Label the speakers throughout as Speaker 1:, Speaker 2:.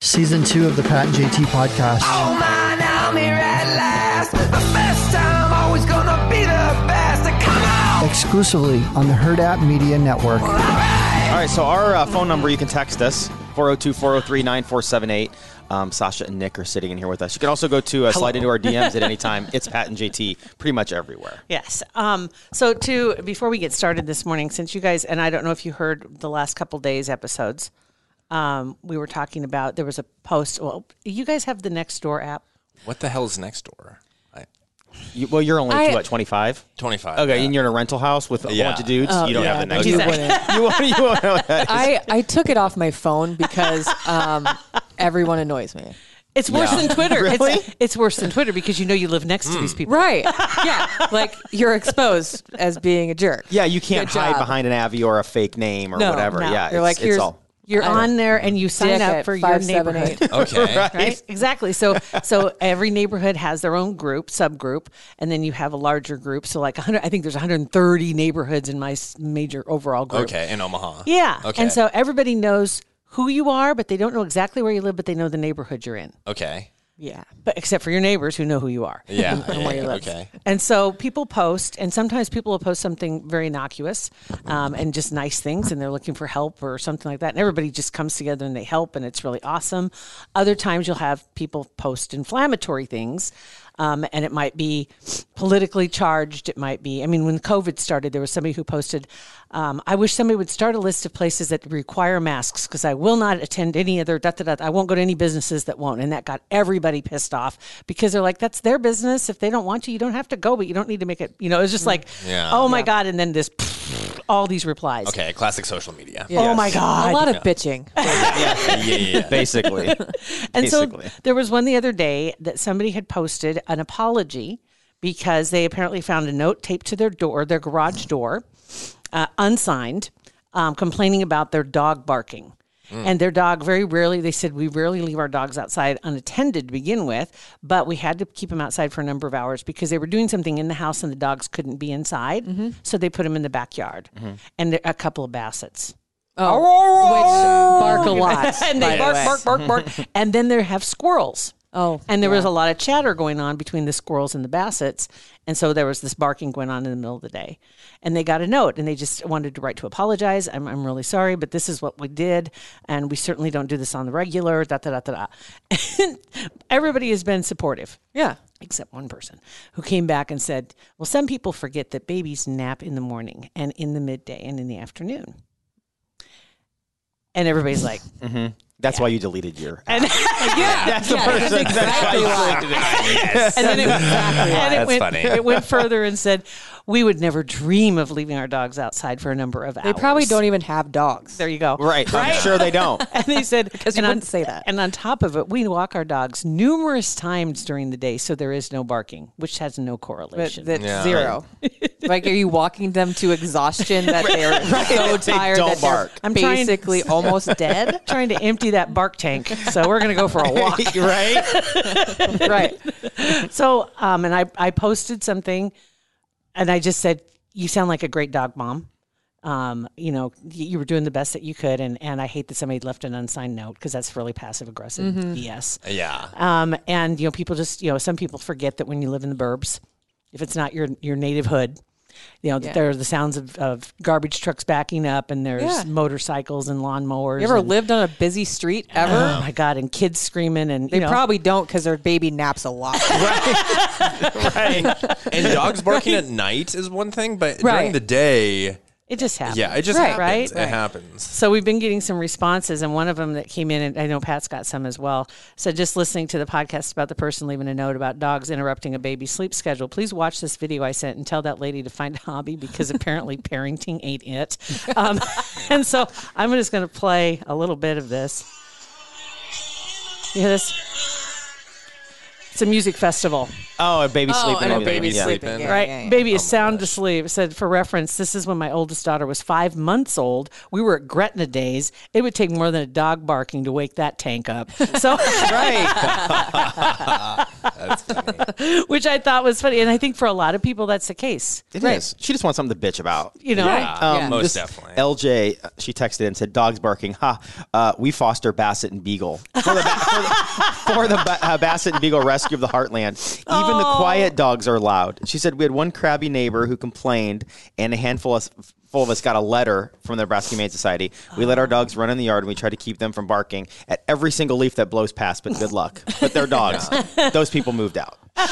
Speaker 1: Season two of the Pat and JT podcast.
Speaker 2: Oh man, I'm here at last. The best time, always gonna be the best. Come on!
Speaker 1: Exclusively on the Herd App Media Network.
Speaker 3: All right, so our uh, phone number, you can text us 402 403 9478. Um, Sasha and Nick are sitting in here with us. You can also go to uh, slide into our DMs at any time. It's Pat and JT pretty much everywhere.
Speaker 4: Yes. Um, so to before we get started this morning, since you guys and I don't know if you heard the last couple days episodes, um, we were talking about there was a post. Well, you guys have the next door app.
Speaker 5: What the hell is next door? I,
Speaker 3: You, well, you're only,
Speaker 6: I-
Speaker 3: what, 25?
Speaker 5: 25.
Speaker 3: Okay,
Speaker 5: yeah.
Speaker 3: and you're in a rental house with a
Speaker 5: Yeah.
Speaker 3: bunch of dudes. you don't have the next
Speaker 4: you
Speaker 3: door. You won't- you won't know that.
Speaker 6: I, I took it off my phone because um, everyone annoys me.
Speaker 4: It's worse
Speaker 5: Yeah.
Speaker 4: than Twitter.
Speaker 3: Really?
Speaker 4: It's, it's worse than Twitter because you know you live next to these people.
Speaker 6: Hmm. Right. Yeah. Like you're exposed as being a jerk.
Speaker 3: Yeah, you can't
Speaker 6: Good
Speaker 3: hide
Speaker 6: job.
Speaker 3: behind an Avi or a fake name or
Speaker 4: No,
Speaker 3: whatever.
Speaker 4: no.
Speaker 3: Yeah,
Speaker 6: You're
Speaker 3: it's,
Speaker 6: like,
Speaker 3: it's
Speaker 6: here's
Speaker 3: all.
Speaker 4: You're
Speaker 6: I know.
Speaker 4: on there and you sign
Speaker 6: Dick
Speaker 4: up
Speaker 6: at
Speaker 4: for your
Speaker 6: five, seven,
Speaker 4: neighborhood.
Speaker 6: eight.
Speaker 5: Okay.
Speaker 4: Right? Exactly. So so every neighborhood has their own group, subgroup, and then you have a larger group. So like 100 I think there's 130 neighborhoods in my s- major overall group.
Speaker 5: Okay, in Omaha.
Speaker 4: Yeah.
Speaker 5: Okay.
Speaker 4: And so everybody knows who you are, but they don't know exactly where you live, but they know the neighborhood you're in.
Speaker 5: Okay.
Speaker 6: Yeah.
Speaker 4: But except for your neighbors who know who you are.
Speaker 5: Yeah.
Speaker 4: and
Speaker 5: yeah,
Speaker 4: where you
Speaker 5: yeah,
Speaker 4: live.
Speaker 5: okay.
Speaker 4: And so people post, and sometimes people will post something very innocuous um, and just nice things, and they're looking for help or something like that. And everybody just comes together and they help, and it's really awesome. Other times you'll have people post inflammatory things, um, and it might be politically charged. It might be, I mean, when COVID started, there was somebody who posted, um, I wish somebody would start a list of places that require masks because I will not attend any other, da, da, da, I won't go to any businesses that won't. And that got everybody pissed off because they're like, that's their business. If they don't want you, you don't have to go, but you don't need to make it, you know, it's just like,
Speaker 5: Hmm. Yeah.
Speaker 4: oh my God. And then this, all these replies.
Speaker 5: Okay, classic social media.
Speaker 4: Oh my God. Oh.
Speaker 6: A lot of bitching.
Speaker 5: Yeah, yeah, yeah.
Speaker 3: Basically.
Speaker 4: And
Speaker 3: Basically.
Speaker 4: so there was one the other day that somebody had posted an apology because they apparently found a note taped to their door, their garage door, uh, unsigned, um, complaining about their dog barking. And their dog very rarely, they said, we rarely leave our dogs outside unattended to begin with, but we had to keep them outside for a number of hours because they were doing something in the house and the dogs couldn't be inside. So they put them in the backyard and there- a couple of Bassets
Speaker 6: Oh, which bark a lot.
Speaker 4: and
Speaker 6: by
Speaker 4: they
Speaker 6: the
Speaker 4: bark,
Speaker 6: way.
Speaker 4: bark, bark, bark, and then they have squirrels.
Speaker 6: Oh,
Speaker 4: and there was a lot of chatter going on between the squirrels and the bassets, and so there was this barking going on in the middle of the day, and they got a note, and they just wanted to write to apologize. I'm, I'm really sorry, but this is what we did, and we certainly don't do this on the regular. Da da da da da. Everybody has been supportive
Speaker 6: Yeah.
Speaker 4: except one person who came back and said, Well, some people forget that babies nap in the morning and in the midday and in the afternoon. And everybody's like,
Speaker 3: That's why you deleted your.
Speaker 4: and,
Speaker 3: That's the person. That's, why you deleted it.
Speaker 4: and then it, and it
Speaker 5: That's
Speaker 4: went,
Speaker 5: funny.
Speaker 4: it went further and said, We would never dream of leaving our dogs outside for a number of
Speaker 6: They
Speaker 4: hours.
Speaker 6: probably don't even have dogs.
Speaker 4: There you go.
Speaker 3: Right. I'm sure they don't.
Speaker 4: and they said
Speaker 6: Because you
Speaker 4: and
Speaker 6: wouldn't say that.
Speaker 4: And on top of it, we walk our dogs numerous times during the day, so there is no barking, which has no
Speaker 6: But
Speaker 4: correlation.
Speaker 6: that's
Speaker 5: Yeah.
Speaker 6: zero. like, are you walking them to exhaustion that they're so
Speaker 3: They
Speaker 6: tired
Speaker 3: don't
Speaker 6: that they're
Speaker 3: bark.
Speaker 4: I'm trying-
Speaker 6: basically almost dead?
Speaker 4: trying to empty that bark tank, so we're gonna go for a walk.
Speaker 3: right?
Speaker 6: Right.
Speaker 4: So, um, and I, I posted something and I just said, You sound like a great dog mom. Um, you know, y- you were doing the best that you could. And, and I hate that somebody left an unsigned note because that's really passive aggressive
Speaker 6: Mm-hmm.
Speaker 4: BS.
Speaker 5: Yeah.
Speaker 4: Um, and, you know, people just, you know, some people forget that when you live in the burbs, if it's not your, your native hood, you know, that there are the sounds of, of garbage trucks backing up and there's
Speaker 6: Yeah.
Speaker 4: motorcycles and lawnmowers.
Speaker 6: You ever
Speaker 4: and,
Speaker 6: lived on a busy street ever?
Speaker 4: Oh my God. And kids screaming and,
Speaker 6: They
Speaker 4: you know,
Speaker 6: probably don't because their baby naps a lot.
Speaker 5: And dogs barking at night is one thing, but
Speaker 6: Right.
Speaker 5: during the day,
Speaker 4: it just happens.
Speaker 5: yeah, it just
Speaker 6: Right.
Speaker 5: happens.
Speaker 4: Right.
Speaker 5: It happens.
Speaker 4: So we've been getting some responses, and one of them that came in, and I know Pat's got some as well. So just listening to the podcast about the person leaving a note about dogs interrupting a baby's sleep schedule. Please watch this video I sent and tell that lady to find a hobby because apparently parenting ain't it. Um, and so I'm just going to play a little bit of this. You hear this? It's a music festival,
Speaker 3: Oh, a baby
Speaker 6: Oh,
Speaker 3: sleeping.
Speaker 6: and a
Speaker 3: over there.
Speaker 6: baby
Speaker 3: Yeah.
Speaker 6: sleeping.
Speaker 5: Yeah,
Speaker 6: Yeah,
Speaker 4: right?
Speaker 6: yeah, Oh yeah.
Speaker 4: Baby is sound asleep. It Said for reference, this is when my oldest daughter was five months old. We were at Gretna days. It would take more than a dog barking to wake that tank up. So right, which I thought was funny, and I think for a lot of people that's the case.
Speaker 3: It is. She just wants something to bitch about.
Speaker 4: You know,
Speaker 5: Um,
Speaker 6: Yeah.
Speaker 5: Most
Speaker 3: This
Speaker 5: definitely.
Speaker 3: LJ, uh, she texted and said, "Dogs barking. Ha! Uh, we foster Basset and Beagle for the, ba- for the, for the ba- uh, Basset and Beagle Rescue of the Heartland. Even the
Speaker 6: Oh.
Speaker 3: quiet dogs are loud." She said, "We had one crabby neighbor who complained, and a handful of." Full of us got a letter from the Nebraska Humane Society. We let our dogs run in the yard and we tried to keep them from barking at every single leaf that blows past, but good luck. But they're dogs. Those people moved out. so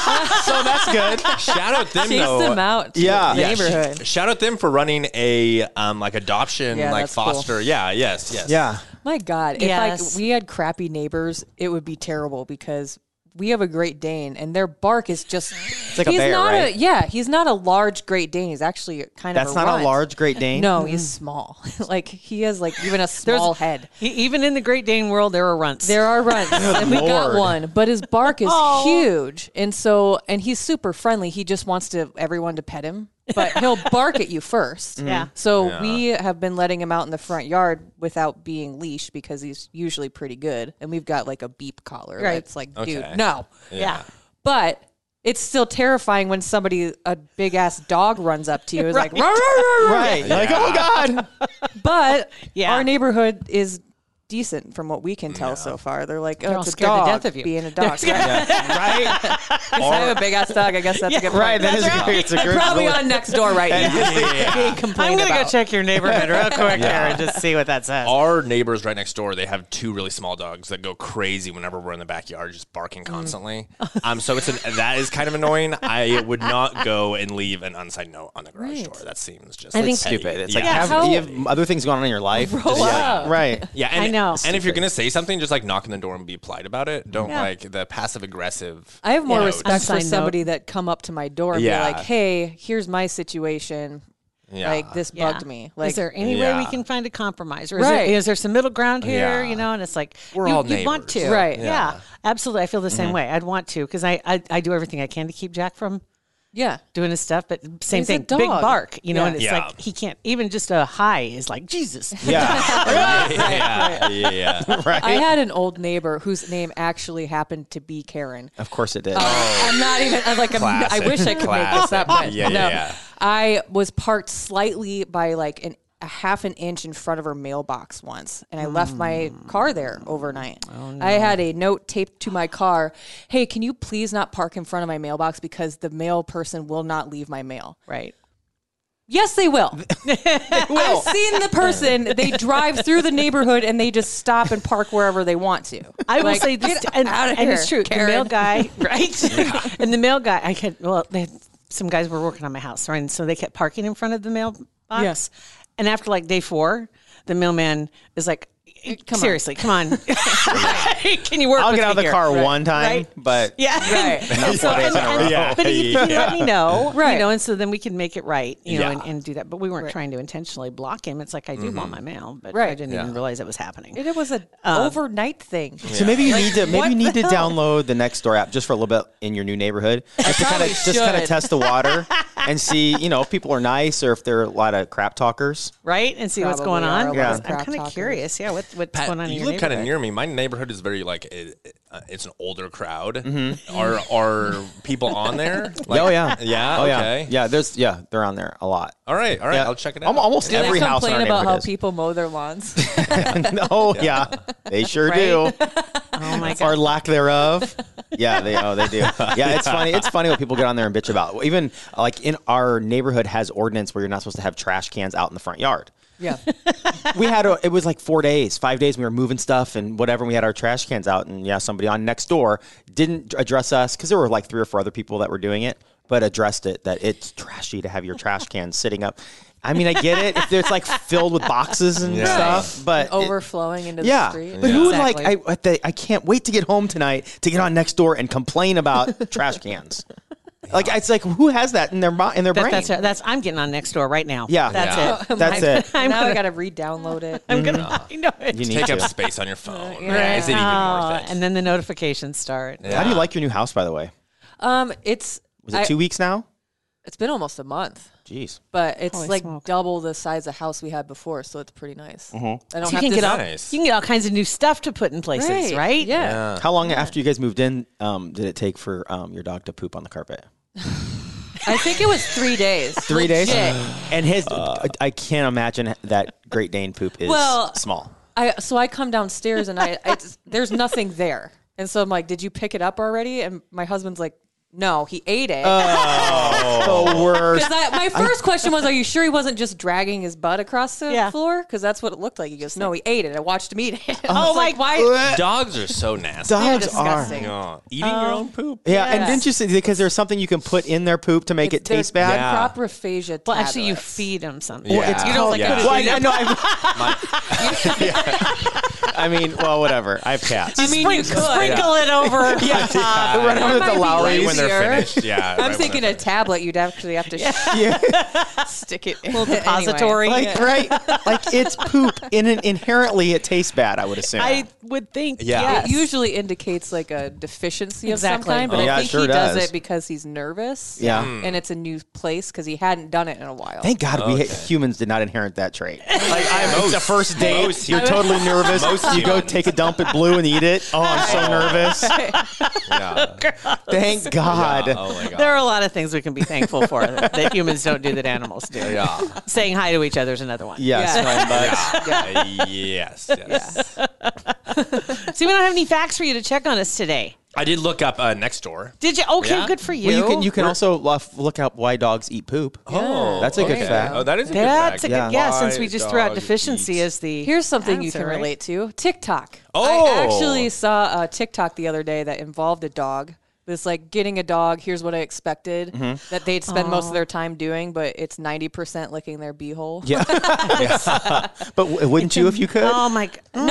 Speaker 3: that's good.
Speaker 5: Shout out them
Speaker 6: Chase
Speaker 5: though.
Speaker 6: them out. To
Speaker 3: Yeah.
Speaker 6: The
Speaker 3: Yeah,
Speaker 6: neighborhood.
Speaker 5: Sh- Shout out them for running a um, like adoption,
Speaker 6: Yeah,
Speaker 5: like
Speaker 6: that's cool.
Speaker 5: foster. Yeah, yes, yes.
Speaker 3: Yeah.
Speaker 6: My God, if
Speaker 4: Yes.
Speaker 6: I, we had crappy neighbors, it would be terrible because we have a Great Dane, and their bark is just. It's
Speaker 3: like a
Speaker 6: he's
Speaker 3: bear,
Speaker 6: not
Speaker 3: right?
Speaker 6: a yeah. He's not a large Great Dane. He's actually kind
Speaker 3: That's
Speaker 6: of.
Speaker 3: not a
Speaker 6: runt.
Speaker 3: large Great Dane. Mm.
Speaker 6: No, he's small. like he has like even a small head.
Speaker 4: E- even in the Great Dane world, there are runts.
Speaker 6: There are runts, and we
Speaker 3: Lord.
Speaker 6: got one, but his bark is huge, and so and he's super friendly. He just wants to everyone to pet him, but he'll bark at you first.
Speaker 4: Yeah.
Speaker 6: So we have been letting him out in the front yard without being leashed because he's usually pretty good, and we've got like a beep collar.
Speaker 4: Right.
Speaker 6: It's like, dude,
Speaker 5: Okay.
Speaker 6: no.
Speaker 4: yeah.
Speaker 6: But it's still terrifying when somebody a big ass dog runs up to you. It's like, "Rah, rah, rah, rah."
Speaker 3: Right. Like, oh God.
Speaker 6: but
Speaker 4: Yeah.
Speaker 6: our neighborhood is decent from what we can tell so far. They're like, oh,
Speaker 4: all
Speaker 6: it's a
Speaker 4: scared to
Speaker 6: dog
Speaker 4: death of you.
Speaker 6: being a dog.
Speaker 3: right.
Speaker 6: I have a big ass dog. I guess that's a good
Speaker 3: Right, that
Speaker 6: point.
Speaker 3: is a good- it's a good-
Speaker 6: Probably on next door right now. Being
Speaker 4: I'm
Speaker 6: complained
Speaker 4: gonna
Speaker 6: about.
Speaker 4: go check your neighborhood real quick there and just see what that says.
Speaker 5: Our neighbors right next door, they have two really small dogs that go crazy whenever we're in the backyard, just
Speaker 6: Mm.
Speaker 5: barking constantly. Um, so it's an, that is kind of annoying. I would not go and leave an unsigned note on the garage
Speaker 6: Right.
Speaker 5: door. That seems
Speaker 3: It's
Speaker 5: just petty.
Speaker 3: stupid. It's
Speaker 5: yeah.
Speaker 3: like have,
Speaker 6: how-
Speaker 3: you have other things going on in your life. Just,
Speaker 6: up.
Speaker 3: Right.
Speaker 5: Yeah, and,
Speaker 4: I know.
Speaker 5: And if you're gonna say something, just like knock on the door and be polite about it. Don't like the passive aggressive.
Speaker 6: I have more
Speaker 5: note.
Speaker 6: respect for
Speaker 4: Unsigned
Speaker 6: somebody that come up to my door and
Speaker 5: Yeah.
Speaker 6: be like, "Hey, here's my situation.
Speaker 5: Yeah.
Speaker 6: Like this
Speaker 4: Yeah.
Speaker 6: bugged me. Like,
Speaker 4: is there any way we
Speaker 5: Yeah.
Speaker 4: can find a compromise, or is,
Speaker 6: Right.
Speaker 4: there, is there some middle ground here?
Speaker 5: Yeah.
Speaker 4: You know, and it's like
Speaker 5: We're
Speaker 4: you,
Speaker 5: all
Speaker 4: you want
Speaker 5: neighbors.
Speaker 4: to,
Speaker 6: Right. Mm-hmm.
Speaker 4: Yeah. absolutely. I feel the same way. I'd want to because I, I I do everything I can to keep Jack from
Speaker 6: yeah,
Speaker 4: doing his stuff, but same
Speaker 6: He's a
Speaker 4: thing, big
Speaker 6: dog.
Speaker 4: bark, you know,
Speaker 6: Yeah.
Speaker 4: and it's
Speaker 5: Yeah.
Speaker 4: like he can't even just a hi is like Jesus.
Speaker 3: Yeah.
Speaker 5: yeah, yeah, yeah.
Speaker 3: right.
Speaker 6: I had an old neighbor whose name actually happened to be Karen.
Speaker 3: of course it did.
Speaker 6: I'm not even. I'm like. I'm, I
Speaker 5: Oh. Classic.
Speaker 6: wish I could make this up. But
Speaker 5: Classic. Yeah, yeah,
Speaker 6: no.
Speaker 5: yeah.
Speaker 6: I was parked slightly by like an a half an inch in front of her mailbox once, and I left my
Speaker 5: Hmm.
Speaker 6: car there overnight.
Speaker 5: Oh,
Speaker 6: I had a note taped to my car. Hey, can you please not park in front of my mailbox because the mail person will not leave my mail.
Speaker 4: Right.
Speaker 6: Yes, they will. I've seen the person. They drive through the neighborhood and they just stop and park wherever they want to.
Speaker 4: I will
Speaker 6: Like,
Speaker 4: say this,
Speaker 6: get
Speaker 4: and,
Speaker 6: out of
Speaker 4: and
Speaker 6: here,
Speaker 4: it's true. The mail
Speaker 6: Karen.
Speaker 4: guy, right? and the mail guy, I could. Well, they had, some guys were working on my house, right? And so they kept parking in front of the mailbox.
Speaker 6: Yes.
Speaker 4: And after like day four, the mailman is like,
Speaker 6: come on.
Speaker 4: "Seriously, come on, can you work?
Speaker 3: I'll
Speaker 4: with
Speaker 3: get out of the
Speaker 4: me here?"
Speaker 3: car one time,
Speaker 4: Right.
Speaker 3: but
Speaker 4: Yeah.
Speaker 6: Right.
Speaker 3: not four days in a row.
Speaker 5: Yeah.
Speaker 4: But he, he let me know, You
Speaker 6: Right.
Speaker 4: know, and so then we can make it right, you know,
Speaker 5: Yeah. Mm-hmm.
Speaker 4: and, and do that. But we weren't trying to intentionally block him. It's like I do want my mail, but I
Speaker 6: Right.
Speaker 4: didn't even realize it was happening.
Speaker 6: It was an overnight thing.
Speaker 3: So maybe you need to maybe
Speaker 6: what
Speaker 3: you need
Speaker 6: the
Speaker 3: to
Speaker 6: hell?
Speaker 3: download the Nextdoor app just for a little bit in your new neighborhood, just to kind of
Speaker 6: probably
Speaker 3: just kind of
Speaker 6: should.
Speaker 3: test the water and see you know if people are nice or if they're a lot of crap talkers.
Speaker 4: right? And see what's
Speaker 6: Probably
Speaker 4: going
Speaker 6: are a
Speaker 4: on.
Speaker 6: lot
Speaker 3: Yeah. of
Speaker 4: I'm
Speaker 6: crap
Speaker 4: kind of
Speaker 6: talkers.
Speaker 4: curious. Yeah, what, what's going on in
Speaker 5: you
Speaker 4: your
Speaker 5: live kind of
Speaker 4: neighborhood?
Speaker 5: near me. My neighborhood is very like it, it- uh, it's an older crowd. Are are people on there? Like,
Speaker 3: oh yeah,
Speaker 5: yeah.
Speaker 3: oh yeah,
Speaker 5: okay.
Speaker 3: yeah. There's yeah, they're on there a lot.
Speaker 5: All right, all right.
Speaker 3: Yeah.
Speaker 5: I'll check it out.
Speaker 3: Almo- Almost
Speaker 5: Yeah.
Speaker 3: every
Speaker 6: they
Speaker 3: house in
Speaker 6: complain
Speaker 3: our
Speaker 6: about how
Speaker 3: neighborhood
Speaker 6: people mow their lawns.
Speaker 3: is. oh yeah, they sure do.
Speaker 4: Oh my
Speaker 3: or
Speaker 4: god!
Speaker 3: lack thereof. yeah, they oh they do. Yeah, it's funny. It's funny what people get on there and bitch about. Even like in our neighborhood has ordinance where you're not supposed to have trash cans out in the front yard.
Speaker 6: yeah.
Speaker 3: We had a, it was like four days, five days. We were moving stuff and whatever. And we had our trash cans out, and yeah, somebody on next door didn't address us because there were like three or four other people that were doing it, but addressed it that it's trashy to have your trash cans sitting up. I mean, I get it if it's like filled with boxes and
Speaker 5: Yeah.
Speaker 3: stuff, but it-
Speaker 6: Overflowing into
Speaker 3: yeah,
Speaker 6: the street.
Speaker 3: but who would
Speaker 6: Exactly.
Speaker 3: like? I at the, I can't wait to get home tonight to get on next door and complain about trash cans. Like it's like who has that in their mi- in their
Speaker 4: That,
Speaker 3: brain?
Speaker 4: that's that's I'm getting on next door right now.
Speaker 3: yeah,
Speaker 4: that's
Speaker 5: Yeah.
Speaker 6: Oh
Speaker 5: Oh
Speaker 4: it.
Speaker 3: That's it.
Speaker 6: now I gotta re-download it.
Speaker 4: I'm gonna. I know it.
Speaker 3: You need
Speaker 5: Take
Speaker 3: to.
Speaker 5: up space on your phone. Yeah, Is it Oh, even
Speaker 4: Oh,
Speaker 5: worth it?
Speaker 4: and then the notifications start.
Speaker 3: How do you like your new house, by the way?
Speaker 6: Um, it's
Speaker 3: Was it
Speaker 6: I-
Speaker 3: two weeks now?
Speaker 6: it's been almost a month,
Speaker 3: Jeez.
Speaker 6: but it's
Speaker 4: Holy
Speaker 6: like
Speaker 4: smoke.
Speaker 6: double the size of house we had before, so it's pretty nice.
Speaker 3: Mm-hmm.
Speaker 6: I don't
Speaker 4: So you
Speaker 6: have
Speaker 4: can
Speaker 6: to
Speaker 4: get all
Speaker 5: Nice.
Speaker 4: you can get all kinds of new stuff to put in places, right?
Speaker 6: Yeah.
Speaker 3: How long after you guys moved in um, did it take for um, your dog to poop on the carpet?
Speaker 6: I think it was three days.
Speaker 3: Three days.
Speaker 6: Legit.
Speaker 3: And his, I can't imagine that Great Dane poop is
Speaker 6: Well-
Speaker 3: small.
Speaker 6: I so I come downstairs and I, I just- there's nothing there, and so I'm like, "Did you pick it up already?" And my husband's like, "No, he ate it."
Speaker 4: Uh,
Speaker 3: The worst.
Speaker 6: 'Cause I- my first question was, "Are you sure he wasn't just dragging his butt across the
Speaker 4: Yeah.
Speaker 6: floor?" Because that's what it looked like. He goes, "No, he ate it. I watched him eat it."
Speaker 4: Oh
Speaker 6: I was like, why?
Speaker 5: Dogs are so nasty.
Speaker 6: They're
Speaker 3: Dogs are.
Speaker 6: disgusting.
Speaker 5: Oh, eating your own poop.
Speaker 3: Yeah, and
Speaker 6: Yes.
Speaker 3: didn't you say because there's something you can put in their poop to make it
Speaker 6: They're
Speaker 3: taste bad?
Speaker 6: Croprophagia.
Speaker 4: Well, actually, you
Speaker 6: tablets.
Speaker 4: feed them something.
Speaker 5: Yeah. It's
Speaker 4: You don't like
Speaker 5: called-
Speaker 4: put it
Speaker 3: Well,
Speaker 5: Yeah.
Speaker 4: in
Speaker 3: I,
Speaker 4: your-
Speaker 3: I know. I've- I mean, well, whatever. I have cats. Uh,
Speaker 6: I mean, you could.
Speaker 4: sprinkle it over.
Speaker 3: yeah, yeah. run over
Speaker 6: That might
Speaker 3: the
Speaker 6: be
Speaker 3: Lowry
Speaker 5: Right
Speaker 3: when
Speaker 5: when
Speaker 3: they're.
Speaker 6: easier.
Speaker 5: they're finished. Yeah. right when
Speaker 6: I'm
Speaker 5: they're
Speaker 6: thinking a
Speaker 5: finished.
Speaker 6: tablet. You'd actually have to stick it in anyway.
Speaker 4: depository.
Speaker 3: Like right, like it's poop. In an, inherently, it tastes bad. I would assume.
Speaker 4: I would think.
Speaker 5: Yeah.
Speaker 4: Yes.
Speaker 6: It usually indicates like a deficiency of
Speaker 4: Exactly.
Speaker 6: some kind, but
Speaker 3: Oh, yeah,
Speaker 6: I
Speaker 3: it
Speaker 6: think
Speaker 3: sure
Speaker 6: he does.
Speaker 3: does.
Speaker 6: it because he's nervous.
Speaker 3: Yeah. Hmm.
Speaker 6: And it's a new place because he hadn't done it in a while.
Speaker 3: Thank God we humans did not inherit that trait. Like I'm, it's
Speaker 5: Most-
Speaker 3: a first date.
Speaker 5: most
Speaker 3: you're
Speaker 5: humans.
Speaker 3: totally nervous.
Speaker 5: Most
Speaker 3: you go
Speaker 5: humans.
Speaker 3: take a dump at Blue and eat it. Oh, I'm so nervous.
Speaker 5: Yeah.
Speaker 3: Thank God.
Speaker 5: Oh my
Speaker 4: There
Speaker 5: god.
Speaker 4: are a lot of things we can be thankful for that, that humans don't do that animals do.
Speaker 5: Yeah.
Speaker 4: Saying hi to each other is another one.
Speaker 3: Yes, smelling bugs.
Speaker 5: Yeah. Yes. Yes.
Speaker 4: See, we don't have any facts for you to check on us today.
Speaker 5: I did look up uh, next door.
Speaker 4: Did you? Okay,
Speaker 5: Yeah.
Speaker 4: good for you.
Speaker 3: Well, you can you can also lof- look up why dogs eat poop.
Speaker 5: Oh,
Speaker 3: That's a good
Speaker 5: okay.
Speaker 3: fact.
Speaker 5: Oh, that is a
Speaker 4: That's a
Speaker 5: good
Speaker 4: good
Speaker 5: fact.
Speaker 3: Yeah.
Speaker 4: guess since
Speaker 5: Why
Speaker 4: we just threw out
Speaker 5: dogs
Speaker 4: deficiency
Speaker 5: eat-
Speaker 4: as the.
Speaker 6: Here's something you
Speaker 4: answer,
Speaker 6: can
Speaker 4: right?
Speaker 6: relate to TikTok. I
Speaker 5: Oh.
Speaker 6: actually saw a TikTok the other day that involved a dog. This like getting a dog. Here's what I expected
Speaker 5: Mm-hmm.
Speaker 6: that they'd spend most of their time doing, but it's ninety percent licking their beehole.
Speaker 3: Yeah. But w- wouldn't you if you could?
Speaker 4: Oh my! g-
Speaker 6: No,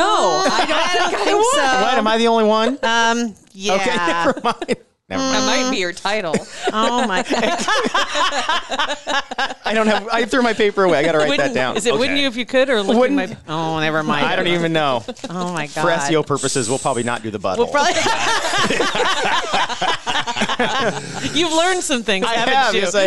Speaker 6: I don't think I would.
Speaker 3: What? Am I the only one?
Speaker 4: Um. Yeah. Um,
Speaker 3: Okay, never mind. Never mind.
Speaker 6: That might be your title.
Speaker 4: Oh my!
Speaker 3: I don't have. I threw my paper away. I got to write that
Speaker 4: Wouldn't-
Speaker 3: down.
Speaker 4: Is it wouldn't
Speaker 5: Okay.
Speaker 4: you if you could or looking
Speaker 3: Wouldn't-
Speaker 4: my? Oh, never mind.
Speaker 3: I don't even know.
Speaker 4: Oh my god.
Speaker 3: For SEO purposes, we'll probably not do the butthole.
Speaker 4: Well, probably. You've learned some things,
Speaker 3: I
Speaker 4: haven't
Speaker 3: have.
Speaker 4: you?
Speaker 3: Yes, I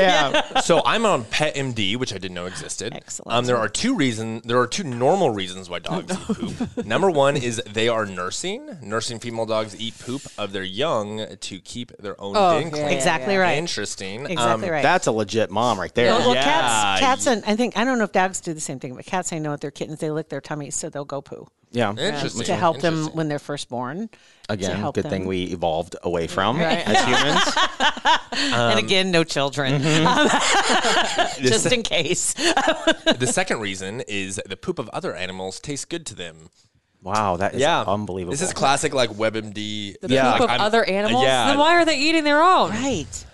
Speaker 3: have.
Speaker 5: So I'm on PetMD, which I didn't know existed.
Speaker 4: Excellent.
Speaker 5: Um, there are two reason there are two normal reasons why dogs eat poop. Number one is they are nursing. Nursing female dogs eat poop of their young to keep their own
Speaker 6: Oh,
Speaker 5: ding
Speaker 6: yeah,
Speaker 5: clean.
Speaker 4: Exactly right.
Speaker 5: Interesting. Um,
Speaker 4: Exactly right.
Speaker 3: That's a legit mom right there.
Speaker 4: Well, well,
Speaker 5: Yeah.
Speaker 4: cats, cats, and I think I don't know if dogs do the same thing, but cats, I know with their kittens, they lick their tummies, so they'll go poo
Speaker 3: Yeah.
Speaker 5: Interesting.
Speaker 4: to help them
Speaker 5: Interesting.
Speaker 4: when they're first born. to
Speaker 3: Again,
Speaker 4: help
Speaker 3: good
Speaker 4: them.
Speaker 3: thing we evolved away from as humans.
Speaker 4: and again, no children, Um, just in case.
Speaker 5: the second reason is the poop of other animals tastes good to them.
Speaker 3: Wow, that is
Speaker 5: Yeah,
Speaker 3: unbelievable.
Speaker 5: This is classic like WebMD.
Speaker 6: The
Speaker 5: yeah, like,
Speaker 6: poop of
Speaker 5: I'm-
Speaker 6: other animals.
Speaker 5: Yeah.
Speaker 6: Then why are they eating their own?
Speaker 4: Right?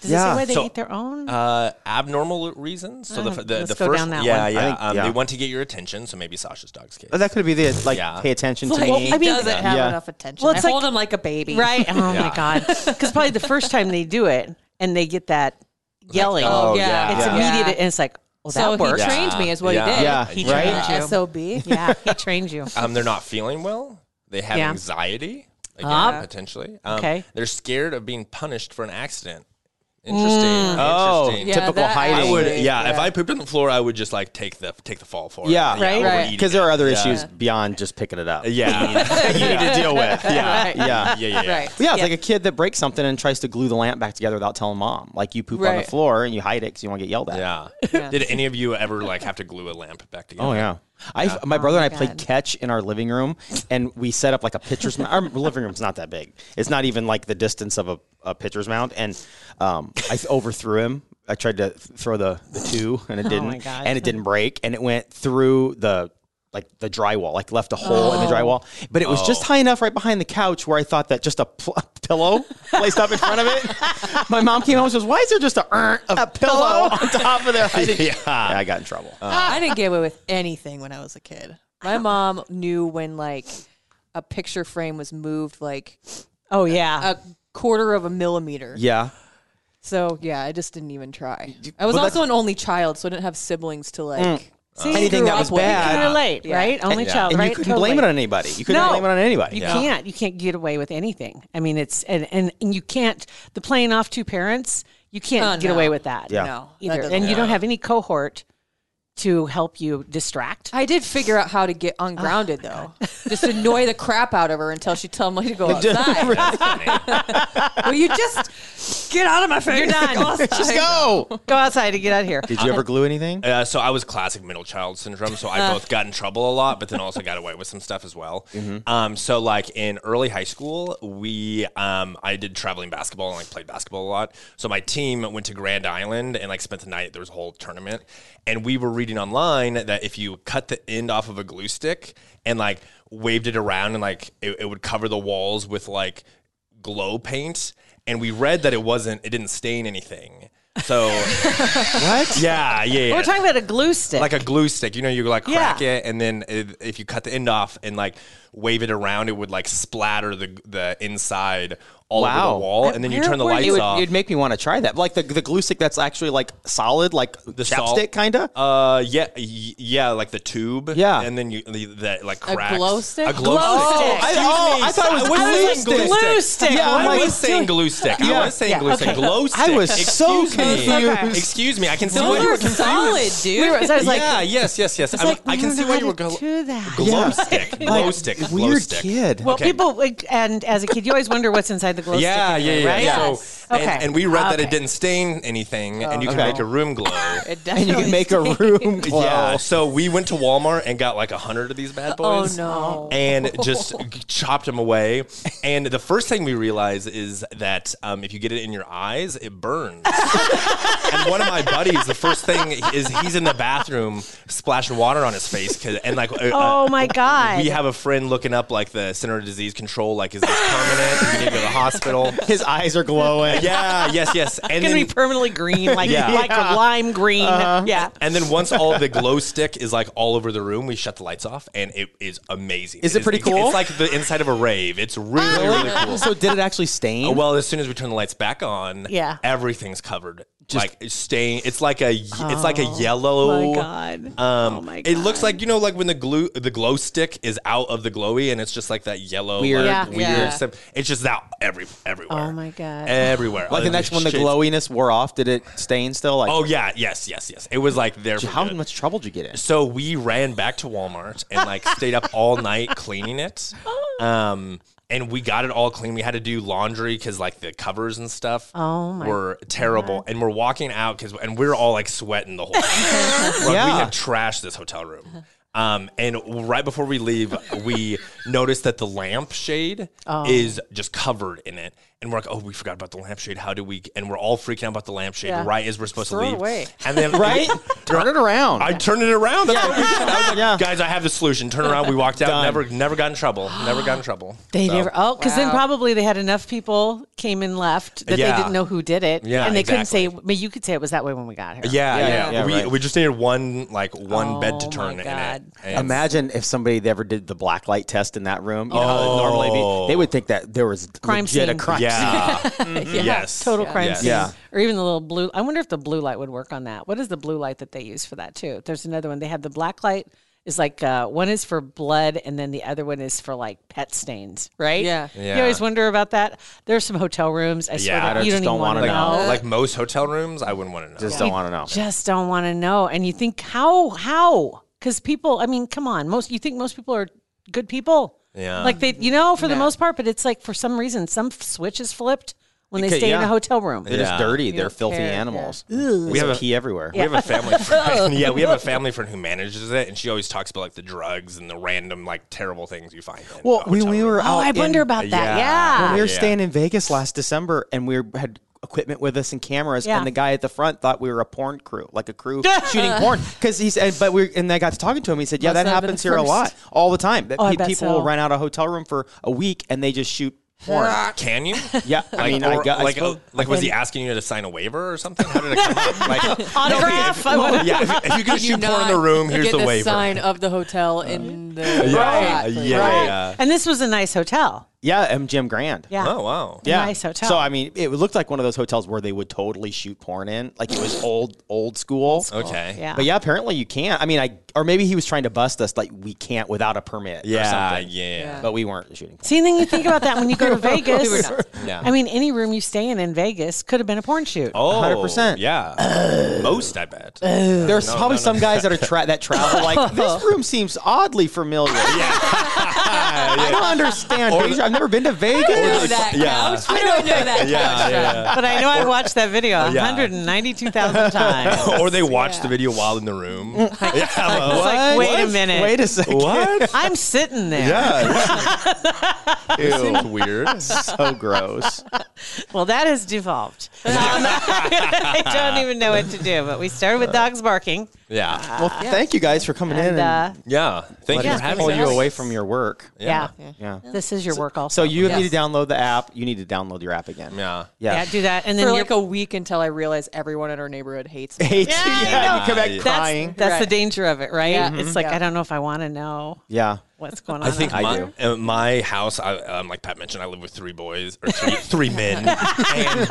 Speaker 4: Does it
Speaker 3: Yeah.
Speaker 4: say why they
Speaker 5: So-
Speaker 4: eat their own?
Speaker 5: Uh, abnormal reasons. So the,
Speaker 4: Oh,
Speaker 5: f- the,
Speaker 4: let's
Speaker 5: the
Speaker 4: go
Speaker 5: first,
Speaker 4: down that
Speaker 5: yeah,
Speaker 4: one.
Speaker 5: yeah,
Speaker 3: think-
Speaker 5: um,
Speaker 3: yeah.
Speaker 5: They want to get your attention, so maybe Sasha's dog's case.
Speaker 3: Oh, that could be the like.
Speaker 5: Yeah.
Speaker 3: Pay attention to
Speaker 6: Like,
Speaker 3: me.
Speaker 6: he doesn't have
Speaker 3: Yeah.
Speaker 6: enough attention.
Speaker 4: Well, it's
Speaker 6: I
Speaker 4: like-
Speaker 6: hold him like a baby.
Speaker 4: Right? Oh my
Speaker 5: Yeah.
Speaker 4: god! Because probably the first time they do it, and they get that yelling.
Speaker 6: Oh, yeah.
Speaker 5: yeah.
Speaker 4: it's
Speaker 3: Yeah.
Speaker 4: immediate, and it's like, well,
Speaker 6: So
Speaker 4: that
Speaker 6: he
Speaker 4: works.
Speaker 6: trained me, is what he
Speaker 5: Yeah.
Speaker 6: did.
Speaker 3: Yeah,
Speaker 5: He
Speaker 3: right.
Speaker 4: trained you.
Speaker 6: Sob.
Speaker 4: Yeah, he trained you.
Speaker 5: Um, they're not feeling well. They have
Speaker 4: Yeah.
Speaker 5: anxiety again,
Speaker 4: Ah.
Speaker 5: potentially. Um,
Speaker 4: Okay.
Speaker 5: They're scared of being punished for an accident. Interesting.
Speaker 4: Mm.
Speaker 3: Oh,
Speaker 5: Interesting.
Speaker 6: Yeah,
Speaker 3: typical
Speaker 6: that
Speaker 3: hiding.
Speaker 5: I would, yeah,
Speaker 6: actually-
Speaker 5: If I pooped on the floor, I would just like take the take the fall for
Speaker 3: Yeah,
Speaker 5: it.
Speaker 6: Right.
Speaker 5: over
Speaker 6: Right.
Speaker 5: eating
Speaker 3: Because there
Speaker 5: it.
Speaker 3: are other issues beyond just picking it up.
Speaker 5: Yeah.
Speaker 3: you need to deal with. Yeah,
Speaker 6: Right.
Speaker 3: yeah,
Speaker 5: yeah, yeah, yeah.
Speaker 6: Right.
Speaker 3: Yeah, it's like a kid that breaks something and tries to glue the lamp back together without telling mom. Like you poop on the
Speaker 6: Right.
Speaker 3: floor and you hide it because you want to get yelled at.
Speaker 5: Yeah. Did any of you ever like have to glue a lamp back together?
Speaker 3: Oh yeah. I my brother and I played catch in our living room, and we set up like a pitcher's mount. Our living room's not that big; it's not even like the distance of a, a pitcher's mound. And um, I th- overthrew him. I tried to th- throw the, the two, and it didn't,
Speaker 4: God.
Speaker 3: and it didn't break, and it went through the like the drywall, like left a hole in the drywall. But it was just high enough right behind the couch where I thought that just a pl- pillow placed up in front of it. My mom came home and says, "Why is there just a, er, a pillow on top of there?" I didn't-
Speaker 5: Yeah.
Speaker 3: Yeah, I got in trouble. Uh,
Speaker 6: I didn't get away with anything when I was a kid. My mom knew when like a picture frame was moved like Uh,
Speaker 4: Oh yeah.
Speaker 6: a quarter of a millimeter.
Speaker 3: yeah.
Speaker 6: So yeah, I just didn't even try. I was also an only child, so I didn't have siblings to like.
Speaker 4: See,
Speaker 3: Anything
Speaker 4: you
Speaker 3: that
Speaker 4: grew
Speaker 3: was
Speaker 4: up with- You
Speaker 3: bad-
Speaker 4: can relate,
Speaker 6: Yeah.
Speaker 4: right? Only child,
Speaker 3: and
Speaker 4: right?
Speaker 3: you couldn't blame it on anybody. You couldn't blame it on anybody.
Speaker 4: You can't. You can't get away with anything. I mean, it's and and, and you can't. The playing off two parents, you can't
Speaker 6: Oh,
Speaker 4: get
Speaker 6: no.
Speaker 4: away with that.
Speaker 3: Yeah.
Speaker 6: No, that
Speaker 4: either.
Speaker 6: doesn't
Speaker 4: And you
Speaker 6: work.
Speaker 4: don't have any cohort to help you distract.
Speaker 6: I did figure out how to get ungrounded though. just annoy the crap out of her until she told me to go outside. Will you just get out of my face? You're done.
Speaker 3: Just go.
Speaker 4: Go outside and get out of here.
Speaker 3: Did you ever glue anything?
Speaker 5: Uh, so I was classic middle child syndrome. So I both got in trouble a lot, but then also got away with some stuff as well. Um, so like in early high school, we um, I did traveling basketball and like played basketball a lot. So my team went to Grand Island and like spent the night. There was a whole tournament, and we were reading online that if you cut the end off of a glue stick and like waved it around and like it, it would cover the walls with like glow paint. And we read that it wasn't, it didn't stain anything. So what? Yeah, yeah. yeah
Speaker 4: We're talking about a glue stick.
Speaker 5: like a glue stick. You know, you like
Speaker 4: Yeah.
Speaker 5: crack it, and then it, if you cut the end off and like wave it around, it would like splatter the the inside all over
Speaker 3: Wow.
Speaker 5: the wall, and then you turn the lights
Speaker 3: it would,
Speaker 5: off.
Speaker 3: It'd make me want to try that. Like the, the glue stick that's actually like solid, like the
Speaker 5: salt.
Speaker 3: chapstick kind of.
Speaker 5: uh, yeah, y- yeah, like the tube.
Speaker 3: Yeah.
Speaker 5: and then you the, that like cracks.
Speaker 6: glow stick?
Speaker 5: A glow,
Speaker 4: Glow
Speaker 5: stick.
Speaker 4: stick.
Speaker 5: Excuse
Speaker 3: oh,
Speaker 5: me.
Speaker 3: I thought it was glue
Speaker 5: wasn't
Speaker 3: stick.
Speaker 4: Glue stick.
Speaker 3: Yeah, I'm
Speaker 5: I
Speaker 3: like-
Speaker 5: was saying glue stick. I
Speaker 3: Yeah.
Speaker 5: was saying glue stick. Glow stick.
Speaker 3: I was so
Speaker 5: Excuse me.
Speaker 3: confused.
Speaker 5: Excuse me. I can see
Speaker 6: Those
Speaker 5: why you
Speaker 6: are
Speaker 5: were confused.
Speaker 6: solid, dude.
Speaker 4: We were- so I was like,
Speaker 5: yeah, yes, yes, yes. I'm-
Speaker 4: like,
Speaker 5: I
Speaker 4: we
Speaker 5: can
Speaker 4: don't
Speaker 5: see
Speaker 4: know
Speaker 5: why
Speaker 4: how
Speaker 5: you were
Speaker 4: to
Speaker 5: glo-
Speaker 4: do that.
Speaker 5: glow
Speaker 3: Yeah.
Speaker 5: stick, glow
Speaker 3: Like,
Speaker 5: stick, glow
Speaker 3: Weird
Speaker 5: stick.
Speaker 3: kid.
Speaker 4: well,
Speaker 5: okay.
Speaker 4: people like, and as a kid, you always wonder what's inside the glue
Speaker 5: Yeah,
Speaker 4: stick.
Speaker 5: yeah,
Speaker 4: anyway,
Speaker 5: yeah.
Speaker 4: right?
Speaker 5: So, and,
Speaker 4: Okay.
Speaker 5: and we read that
Speaker 4: Okay. Oh,
Speaker 5: it didn't stain anything, and you can
Speaker 3: Okay.
Speaker 5: make a room glow.
Speaker 6: It
Speaker 3: and you
Speaker 6: definitely
Speaker 3: can make a room glow.
Speaker 5: yeah. So we went to Walmart and got like a hundred of these bad
Speaker 6: Oh
Speaker 5: boys.
Speaker 6: no.
Speaker 5: And just chopped them away. And the first thing we realize is that um, if you get it in your eyes, it burns. and one of my buddies, the first thing is he's in the bathroom splashing water on his face. 'cause- and like, uh,
Speaker 4: Oh my god.
Speaker 5: we have a friend looking up like the Center of Disease Control, like, is this permanent? Do we need to go to the hospital?
Speaker 3: His eyes are glowing.
Speaker 5: Yeah, yes, yes. And
Speaker 4: It's gonna
Speaker 5: then,
Speaker 4: be permanently green, like
Speaker 5: Yeah. Uh-huh.
Speaker 4: like a lime green. Yeah.
Speaker 5: and then once all the glow stick is like all over the room, we shut the lights off, and it is amazing.
Speaker 3: Is it pretty
Speaker 5: it's-
Speaker 3: cool?
Speaker 5: It's like the inside of a rave. It's really, really cool.
Speaker 3: So did it actually stain?
Speaker 5: Uh, Well, as soon as we turn the lights back on,
Speaker 4: Yeah.
Speaker 5: everything's covered. like it's stain. It's like a, ye- it's like a yellow.
Speaker 4: Oh my God.
Speaker 5: Um,
Speaker 4: Oh my
Speaker 5: It looks like you know, like when the glue, the glow stick is out of the glowy, and it's just like that yellow,
Speaker 3: Weird.
Speaker 5: like,
Speaker 3: Yeah.
Speaker 5: weird
Speaker 6: Yeah.
Speaker 5: stuff. It's just that every everywhere.
Speaker 4: Oh my God.
Speaker 5: everywhere.
Speaker 3: like the
Speaker 5: Uh,
Speaker 3: next one, the
Speaker 5: shit.
Speaker 3: glowiness wore off. Did it stain still? Like,
Speaker 5: Oh yeah, yes, yes, yes. It was like there. for
Speaker 3: how
Speaker 5: good.
Speaker 3: much trouble did you get in?
Speaker 5: So we ran back to Walmart and like stayed up all night cleaning it. Um, and we got it all clean. We had to do laundry because like the covers and stuff
Speaker 4: Oh my
Speaker 5: were terrible. And we're walking out because and we're all like sweating the whole time. Like, We
Speaker 3: Yeah.
Speaker 5: have trashed this hotel room. Um, and right before we leave, we noticed that the lampshade is just covered in it. And we're like, oh, we forgot about the lampshade. How do we? And we're all freaking out about the lampshade
Speaker 4: Yeah.
Speaker 5: right as we're supposed
Speaker 6: Throw
Speaker 5: to
Speaker 6: it
Speaker 5: leave.
Speaker 6: away.
Speaker 5: And then
Speaker 3: Right? Turn it around.
Speaker 5: I turned it around. That's what we did. I was like,
Speaker 3: Yeah.
Speaker 5: guys, I have the solution. Turn around. We walked out. Never, never got in trouble. Never got in trouble.
Speaker 4: They
Speaker 5: So-
Speaker 4: never. Oh, because then probably they had enough people came and left that they
Speaker 5: Yeah.
Speaker 4: didn't know who did it.
Speaker 5: Yeah,
Speaker 4: and they couldn't say.
Speaker 5: exactly.
Speaker 4: I mean, you could say it was that way when we got here.
Speaker 5: Yeah, yeah.
Speaker 3: Yeah, yeah,
Speaker 5: we,
Speaker 3: right.
Speaker 5: we just needed one like one bed to
Speaker 4: Oh
Speaker 5: turn
Speaker 4: my
Speaker 5: in it.
Speaker 4: God.
Speaker 5: And-
Speaker 3: Imagine if somebody ever did the black light test in that room. You know how it normally
Speaker 5: Oh.
Speaker 3: be. They would think that there was
Speaker 4: Crime
Speaker 3: legit a
Speaker 4: scene.
Speaker 3: crime scene.
Speaker 5: yeah. Mm-hmm. yes.
Speaker 4: Total crime
Speaker 5: Yes.
Speaker 4: scene.
Speaker 3: Yeah.
Speaker 4: Or even the little blue. I wonder if the blue light would work on that. What is the blue light that they use for that too? There's another one. They have the black light. Is like uh, one is for blood, and then the other one is for like pet stains, right?
Speaker 6: Yeah.
Speaker 4: You
Speaker 5: Yeah.
Speaker 4: always wonder about that. There's some hotel rooms. I swear
Speaker 5: Yeah,
Speaker 4: that
Speaker 5: I
Speaker 4: you
Speaker 3: just don't
Speaker 4: don't even want to
Speaker 3: wanna
Speaker 4: know.
Speaker 3: know.
Speaker 5: Like most hotel rooms, I wouldn't want to know.
Speaker 3: Just don't want to know.
Speaker 4: just don't want to know. And you think how how because people, I mean, come on, most you think most people are good people,
Speaker 5: Yeah.
Speaker 4: like they, you know, for the most part. But it's like for some reason, some f- switch is flipped when they
Speaker 3: Okay,
Speaker 4: stay in
Speaker 3: yeah.
Speaker 4: a hotel room.
Speaker 3: They're just
Speaker 5: Yeah.
Speaker 3: dirty. They're filthy
Speaker 6: care, yeah.
Speaker 3: animals. We have a pee everywhere.
Speaker 5: We have a family friend. yeah, we have a family friend who manages it, and she always talks about like the drugs and the random like terrible things you find. In
Speaker 3: Well,
Speaker 5: a
Speaker 3: when
Speaker 5: hotel
Speaker 3: we
Speaker 5: room.
Speaker 3: were
Speaker 4: Oh,
Speaker 3: out
Speaker 4: I wonder
Speaker 3: in-
Speaker 4: about that.
Speaker 5: yeah.
Speaker 4: Yeah,
Speaker 3: When we were
Speaker 5: Yeah.
Speaker 3: staying in Vegas last December, and we were- had equipment with us and cameras,
Speaker 4: Yeah.
Speaker 3: and the guy at the front thought we were a porn crew, like a crew shooting porn. Because he said, but we and I got to talking to him. He said, yeah,
Speaker 6: Must
Speaker 3: that
Speaker 6: have been
Speaker 3: happens here a
Speaker 6: first.
Speaker 3: lot, all the time. That
Speaker 4: Oh, I
Speaker 3: pe-
Speaker 4: bet
Speaker 3: people
Speaker 4: so.
Speaker 3: will rent out a hotel room for a week and they just shoot porn.
Speaker 5: Can you?
Speaker 3: Yeah, I mean, I
Speaker 5: or-
Speaker 3: got- I
Speaker 5: like,
Speaker 3: suppose-
Speaker 5: uh, like, was he asking you to sign a waiver or something? How did it come up? Like,
Speaker 4: Autograph?
Speaker 5: No, if- well, yeah, if, if you can shoot porn in the room, here's
Speaker 6: get
Speaker 5: the
Speaker 6: the
Speaker 5: waiver.
Speaker 4: Uh,
Speaker 6: sign of the hotel in the
Speaker 5: yeah, yeah,
Speaker 6: Right.
Speaker 5: yeah, yeah.
Speaker 4: and this was a nice hotel.
Speaker 3: Yeah, MGM Grand.
Speaker 4: Yeah.
Speaker 5: Oh wow.
Speaker 3: Yeah.
Speaker 4: Nice hotel.
Speaker 3: So I mean, it looked like one of those hotels where they would totally shoot porn in, like it was old old school.
Speaker 5: Okay.
Speaker 4: Yeah.
Speaker 3: But yeah, apparently you can't. I mean, I or maybe he was trying to bust us like we can't without a permit. or
Speaker 5: Yeah.
Speaker 3: something.
Speaker 5: Yeah.
Speaker 3: But we weren't shooting. porn.
Speaker 4: See, and then you think about that when you go to Vegas.
Speaker 5: Yeah.
Speaker 4: I mean, any room you stay in in Vegas could have been a porn shoot.
Speaker 5: Oh,
Speaker 3: 100%.
Speaker 5: Yeah. Most, I bet.
Speaker 3: There's
Speaker 5: No,
Speaker 3: probably
Speaker 5: no, no.
Speaker 3: some guys that are tra- that travel like this room seems oddly familiar. Yeah. I don't understand.
Speaker 5: Or-
Speaker 3: Asia. I've never been to
Speaker 6: know
Speaker 3: Vegas.
Speaker 6: that
Speaker 5: yeah.
Speaker 6: couch. I don't know that.
Speaker 5: yeah, yeah.
Speaker 4: But I know I watched that video
Speaker 5: yeah.
Speaker 4: 192,000 times.
Speaker 5: or they watch the video while in the room. yeah, well,
Speaker 4: It's like, wait a minute.
Speaker 3: Wait a second.
Speaker 5: what?
Speaker 4: I'm sitting there.
Speaker 5: Yeah. Ew. Seems weird.
Speaker 3: So gross.
Speaker 4: Well, that has devolved. Um, I don't even know what to do. But we started with dogs barking.
Speaker 5: Yeah.
Speaker 3: Well, thank you guys for coming in
Speaker 4: And, uh,
Speaker 3: and
Speaker 5: Yeah. Thank you for having
Speaker 3: pull
Speaker 5: us.
Speaker 3: you away from your work.
Speaker 4: yeah.
Speaker 3: Yeah.
Speaker 4: This is your work also.
Speaker 3: So you need to download the app. You need to download your app again.
Speaker 5: Yeah.
Speaker 3: Yeah.
Speaker 4: yeah, do that. And then
Speaker 6: For
Speaker 4: you're-
Speaker 6: like a week until I realized everyone in our neighborhood hates me.
Speaker 3: Hate
Speaker 4: Yeah,
Speaker 3: you.
Speaker 4: I
Speaker 3: Yeah,
Speaker 4: know.
Speaker 3: you come back
Speaker 5: That's-
Speaker 3: crying.
Speaker 4: that's the
Speaker 6: Right.
Speaker 4: danger of it, right? It's like,
Speaker 6: Yeah.
Speaker 4: I don't know if I want to know
Speaker 3: yeah.
Speaker 4: what's going on.
Speaker 5: I think
Speaker 4: out
Speaker 5: my,
Speaker 3: do.
Speaker 5: uh, my house, I, um, like Pat mentioned, I live with three boys or three, three men, and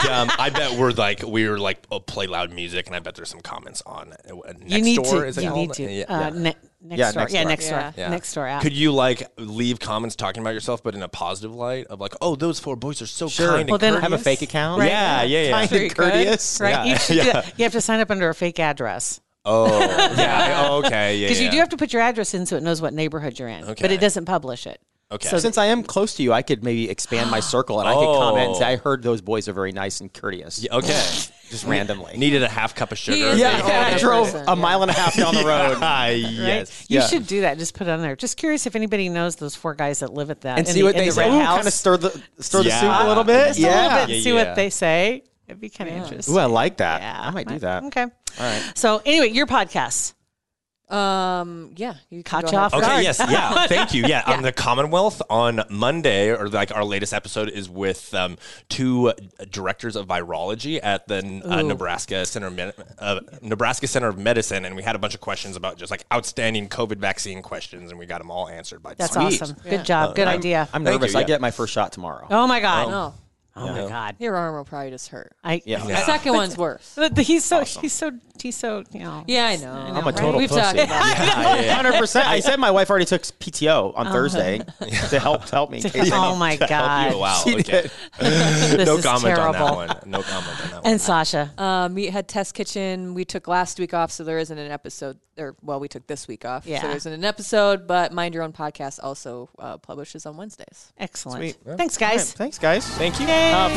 Speaker 5: um, I bet we're like we're like oh, play loud music, and I bet there's some comments on uh, next
Speaker 4: you need
Speaker 5: door.
Speaker 4: to.
Speaker 5: Is it
Speaker 4: you
Speaker 5: called?
Speaker 4: need to.
Speaker 5: Yeah.
Speaker 4: Uh, ne- next,
Speaker 3: Yeah,
Speaker 4: door.
Speaker 3: next
Speaker 4: Yeah,
Speaker 3: door.
Speaker 4: next door.
Speaker 6: Yeah.
Speaker 5: Yeah.
Speaker 4: Next door app.
Speaker 5: Could you like leave comments talking about yourself, but in a positive light of like, oh, those four boys are so
Speaker 3: Sure.
Speaker 5: kind.
Speaker 4: Well,
Speaker 5: and
Speaker 4: then-
Speaker 5: courteous."
Speaker 3: Have a fake account.
Speaker 4: Right.
Speaker 5: yeah, yeah, yeah.
Speaker 3: Kind and courteous.
Speaker 4: right?
Speaker 5: Yeah.
Speaker 4: You, should do that. you have to sign up under a fake address
Speaker 5: Oh, yeah. oh, okay. Yeah.
Speaker 4: because
Speaker 5: yeah.
Speaker 4: you do have to put your address in so it knows what neighborhood you're in, but
Speaker 5: Okay.
Speaker 4: it doesn't publish it.
Speaker 5: Okay.
Speaker 4: So
Speaker 3: Since I am close to you, I could maybe expand my circle and I could comment and say, I heard those boys are very nice and courteous.
Speaker 5: Oh. Yeah, okay.
Speaker 3: Just randomly.
Speaker 5: Needed a half cup of sugar.
Speaker 6: is
Speaker 3: yeah.
Speaker 6: Yeah.
Speaker 3: oh, I
Speaker 6: Yeah.
Speaker 3: drove
Speaker 6: Person,
Speaker 3: a mile and a half down the road.
Speaker 5: Yeah. Ah,
Speaker 3: yes.
Speaker 4: You
Speaker 3: Yeah.
Speaker 4: should do that. Just put it on there. Just curious if anybody knows those four guys that live at that
Speaker 3: And
Speaker 4: in
Speaker 3: see
Speaker 4: the,
Speaker 3: what
Speaker 4: in
Speaker 3: they
Speaker 4: the
Speaker 3: say.
Speaker 4: red
Speaker 3: Ooh,
Speaker 4: house.
Speaker 3: kind of stir the stir
Speaker 5: Yeah.
Speaker 3: the soup a little bit.
Speaker 4: Just
Speaker 3: yeah.
Speaker 4: a little bit. and see
Speaker 5: yeah.
Speaker 4: what they say. It'd be kind of interesting.
Speaker 3: Ooh, I like that.
Speaker 4: Yeah,
Speaker 3: I might do that.
Speaker 4: Okay. All right. So anyway, your podcast.
Speaker 6: Um, yeah, you can
Speaker 4: Caught
Speaker 6: go
Speaker 4: you
Speaker 6: ahead.
Speaker 4: off
Speaker 5: Okay.
Speaker 4: guard.
Speaker 5: Yes. Yeah. Thank you. Yeah, On the Commonwealth on Monday, or like our latest episode is with um, two directors of virology at the uh, Nebraska Center of Med- uh, Nebraska Center of Medicine, and we had a bunch of questions about just like outstanding COVID vaccine questions, and we got them all answered by.
Speaker 4: That's
Speaker 5: Sweet.
Speaker 4: awesome. Good job. Good idea.
Speaker 3: Uh, I'm
Speaker 5: Thank
Speaker 3: nervous.
Speaker 5: you,
Speaker 3: I
Speaker 5: yeah.
Speaker 3: get my first shot tomorrow.
Speaker 4: oh my god.
Speaker 6: No,
Speaker 4: Oh my god.
Speaker 6: your arm will probably just hurt.
Speaker 4: I.
Speaker 3: Yeah.
Speaker 6: The second one's worse.
Speaker 4: But He's so. He's so. He's so. You know.
Speaker 6: Yeah, I know.
Speaker 3: I'm a total
Speaker 6: We've
Speaker 3: pussy.
Speaker 6: talked about it.
Speaker 3: Hundred percent. I said my wife already took PTO on Thursday to help help me. in case I
Speaker 4: Uh-huh. Oh
Speaker 3: need
Speaker 4: my
Speaker 3: to help
Speaker 4: God.
Speaker 3: you.
Speaker 5: Oh, wow.
Speaker 3: She
Speaker 5: okay.
Speaker 3: did.
Speaker 4: This
Speaker 5: no
Speaker 4: is
Speaker 5: comment
Speaker 4: terrible.
Speaker 5: on that one. No comment on that one.
Speaker 4: And Sasha.
Speaker 6: Uh, Meathead Test Kitchen. We took last week off, so there isn't an episode. Or well, we took this week off,
Speaker 4: Yeah.
Speaker 6: so there isn't an episode. But Mind Your Own podcast also uh, publishes on Wednesdays.
Speaker 4: Excellent. Thanks, guys.
Speaker 3: Thanks, guys.
Speaker 5: Thank you.
Speaker 3: Uh, 402-403-9478.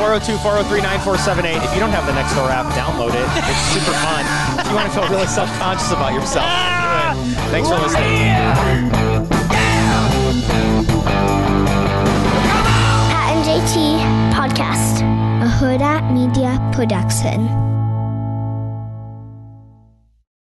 Speaker 3: If you don't have the Nextdoor app, download it. It's super fun. If you want to feel really self-conscious about yourself,
Speaker 4: Ah!
Speaker 3: do it. Thanks for listening.
Speaker 7: Pat and JT Podcast, a Huda Media Production.